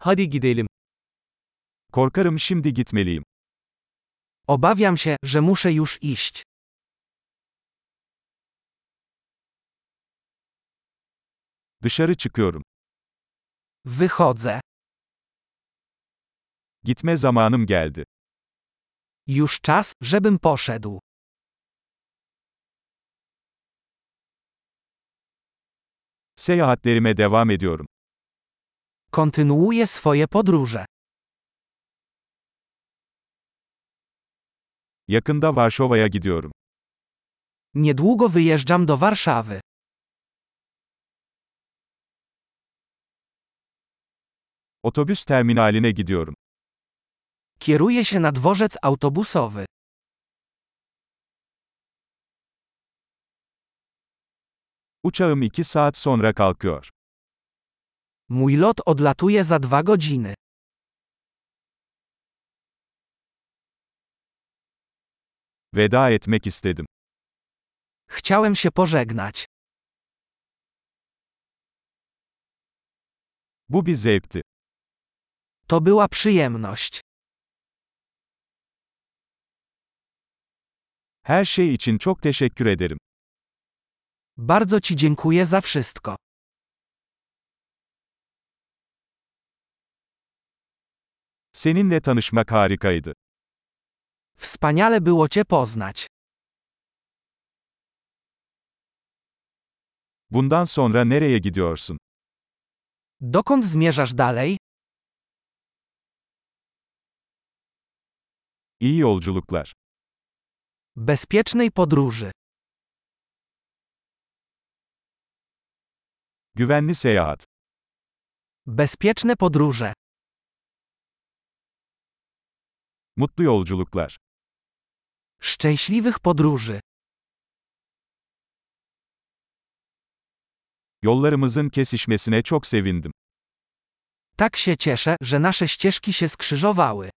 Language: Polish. Hadi gidelim. Korkarım şimdi gitmeliyim. Obawiam się, że muszę już iść. Dışarı çıkıyorum. Wychodzę. Gitme zamanım geldi. Już czas, żebym poszedł. Seyahatlerime devam ediyorum. Kontynuuję swoje podróże. Yakında Varşova'ya gidiyorum. Niedługo wyjeżdżam do Warszawy. Otobüs terminaline gidiyorum. Kieruję się na dworzec autobusowy. Uçağım 2 saat sonra kalkıyor. Mój lot odlatuje za dwa godziny. Veda etmek istedim. Chciałem się pożegnać. Bu bir zevkti. To była przyjemność. Her şey için çok teşekkür ederim. Bardzo Ci dziękuję za wszystko. Seninle tanışmak harikaydı. Wspaniale było Cię poznać. Bundan sonra nereye gidiyorsun? Dokąd zmierzasz dalej? İyi yolculuklar. Bezpiecznej podróży. Güvenli seyahat. Bezpieczne podróże. Mutlu yolculuklar. Szczęśliwych podróży. Yollarımızın kesişmesine çok sevindim. Tak się cieszę, że nasze ścieżki się skrzyżowały.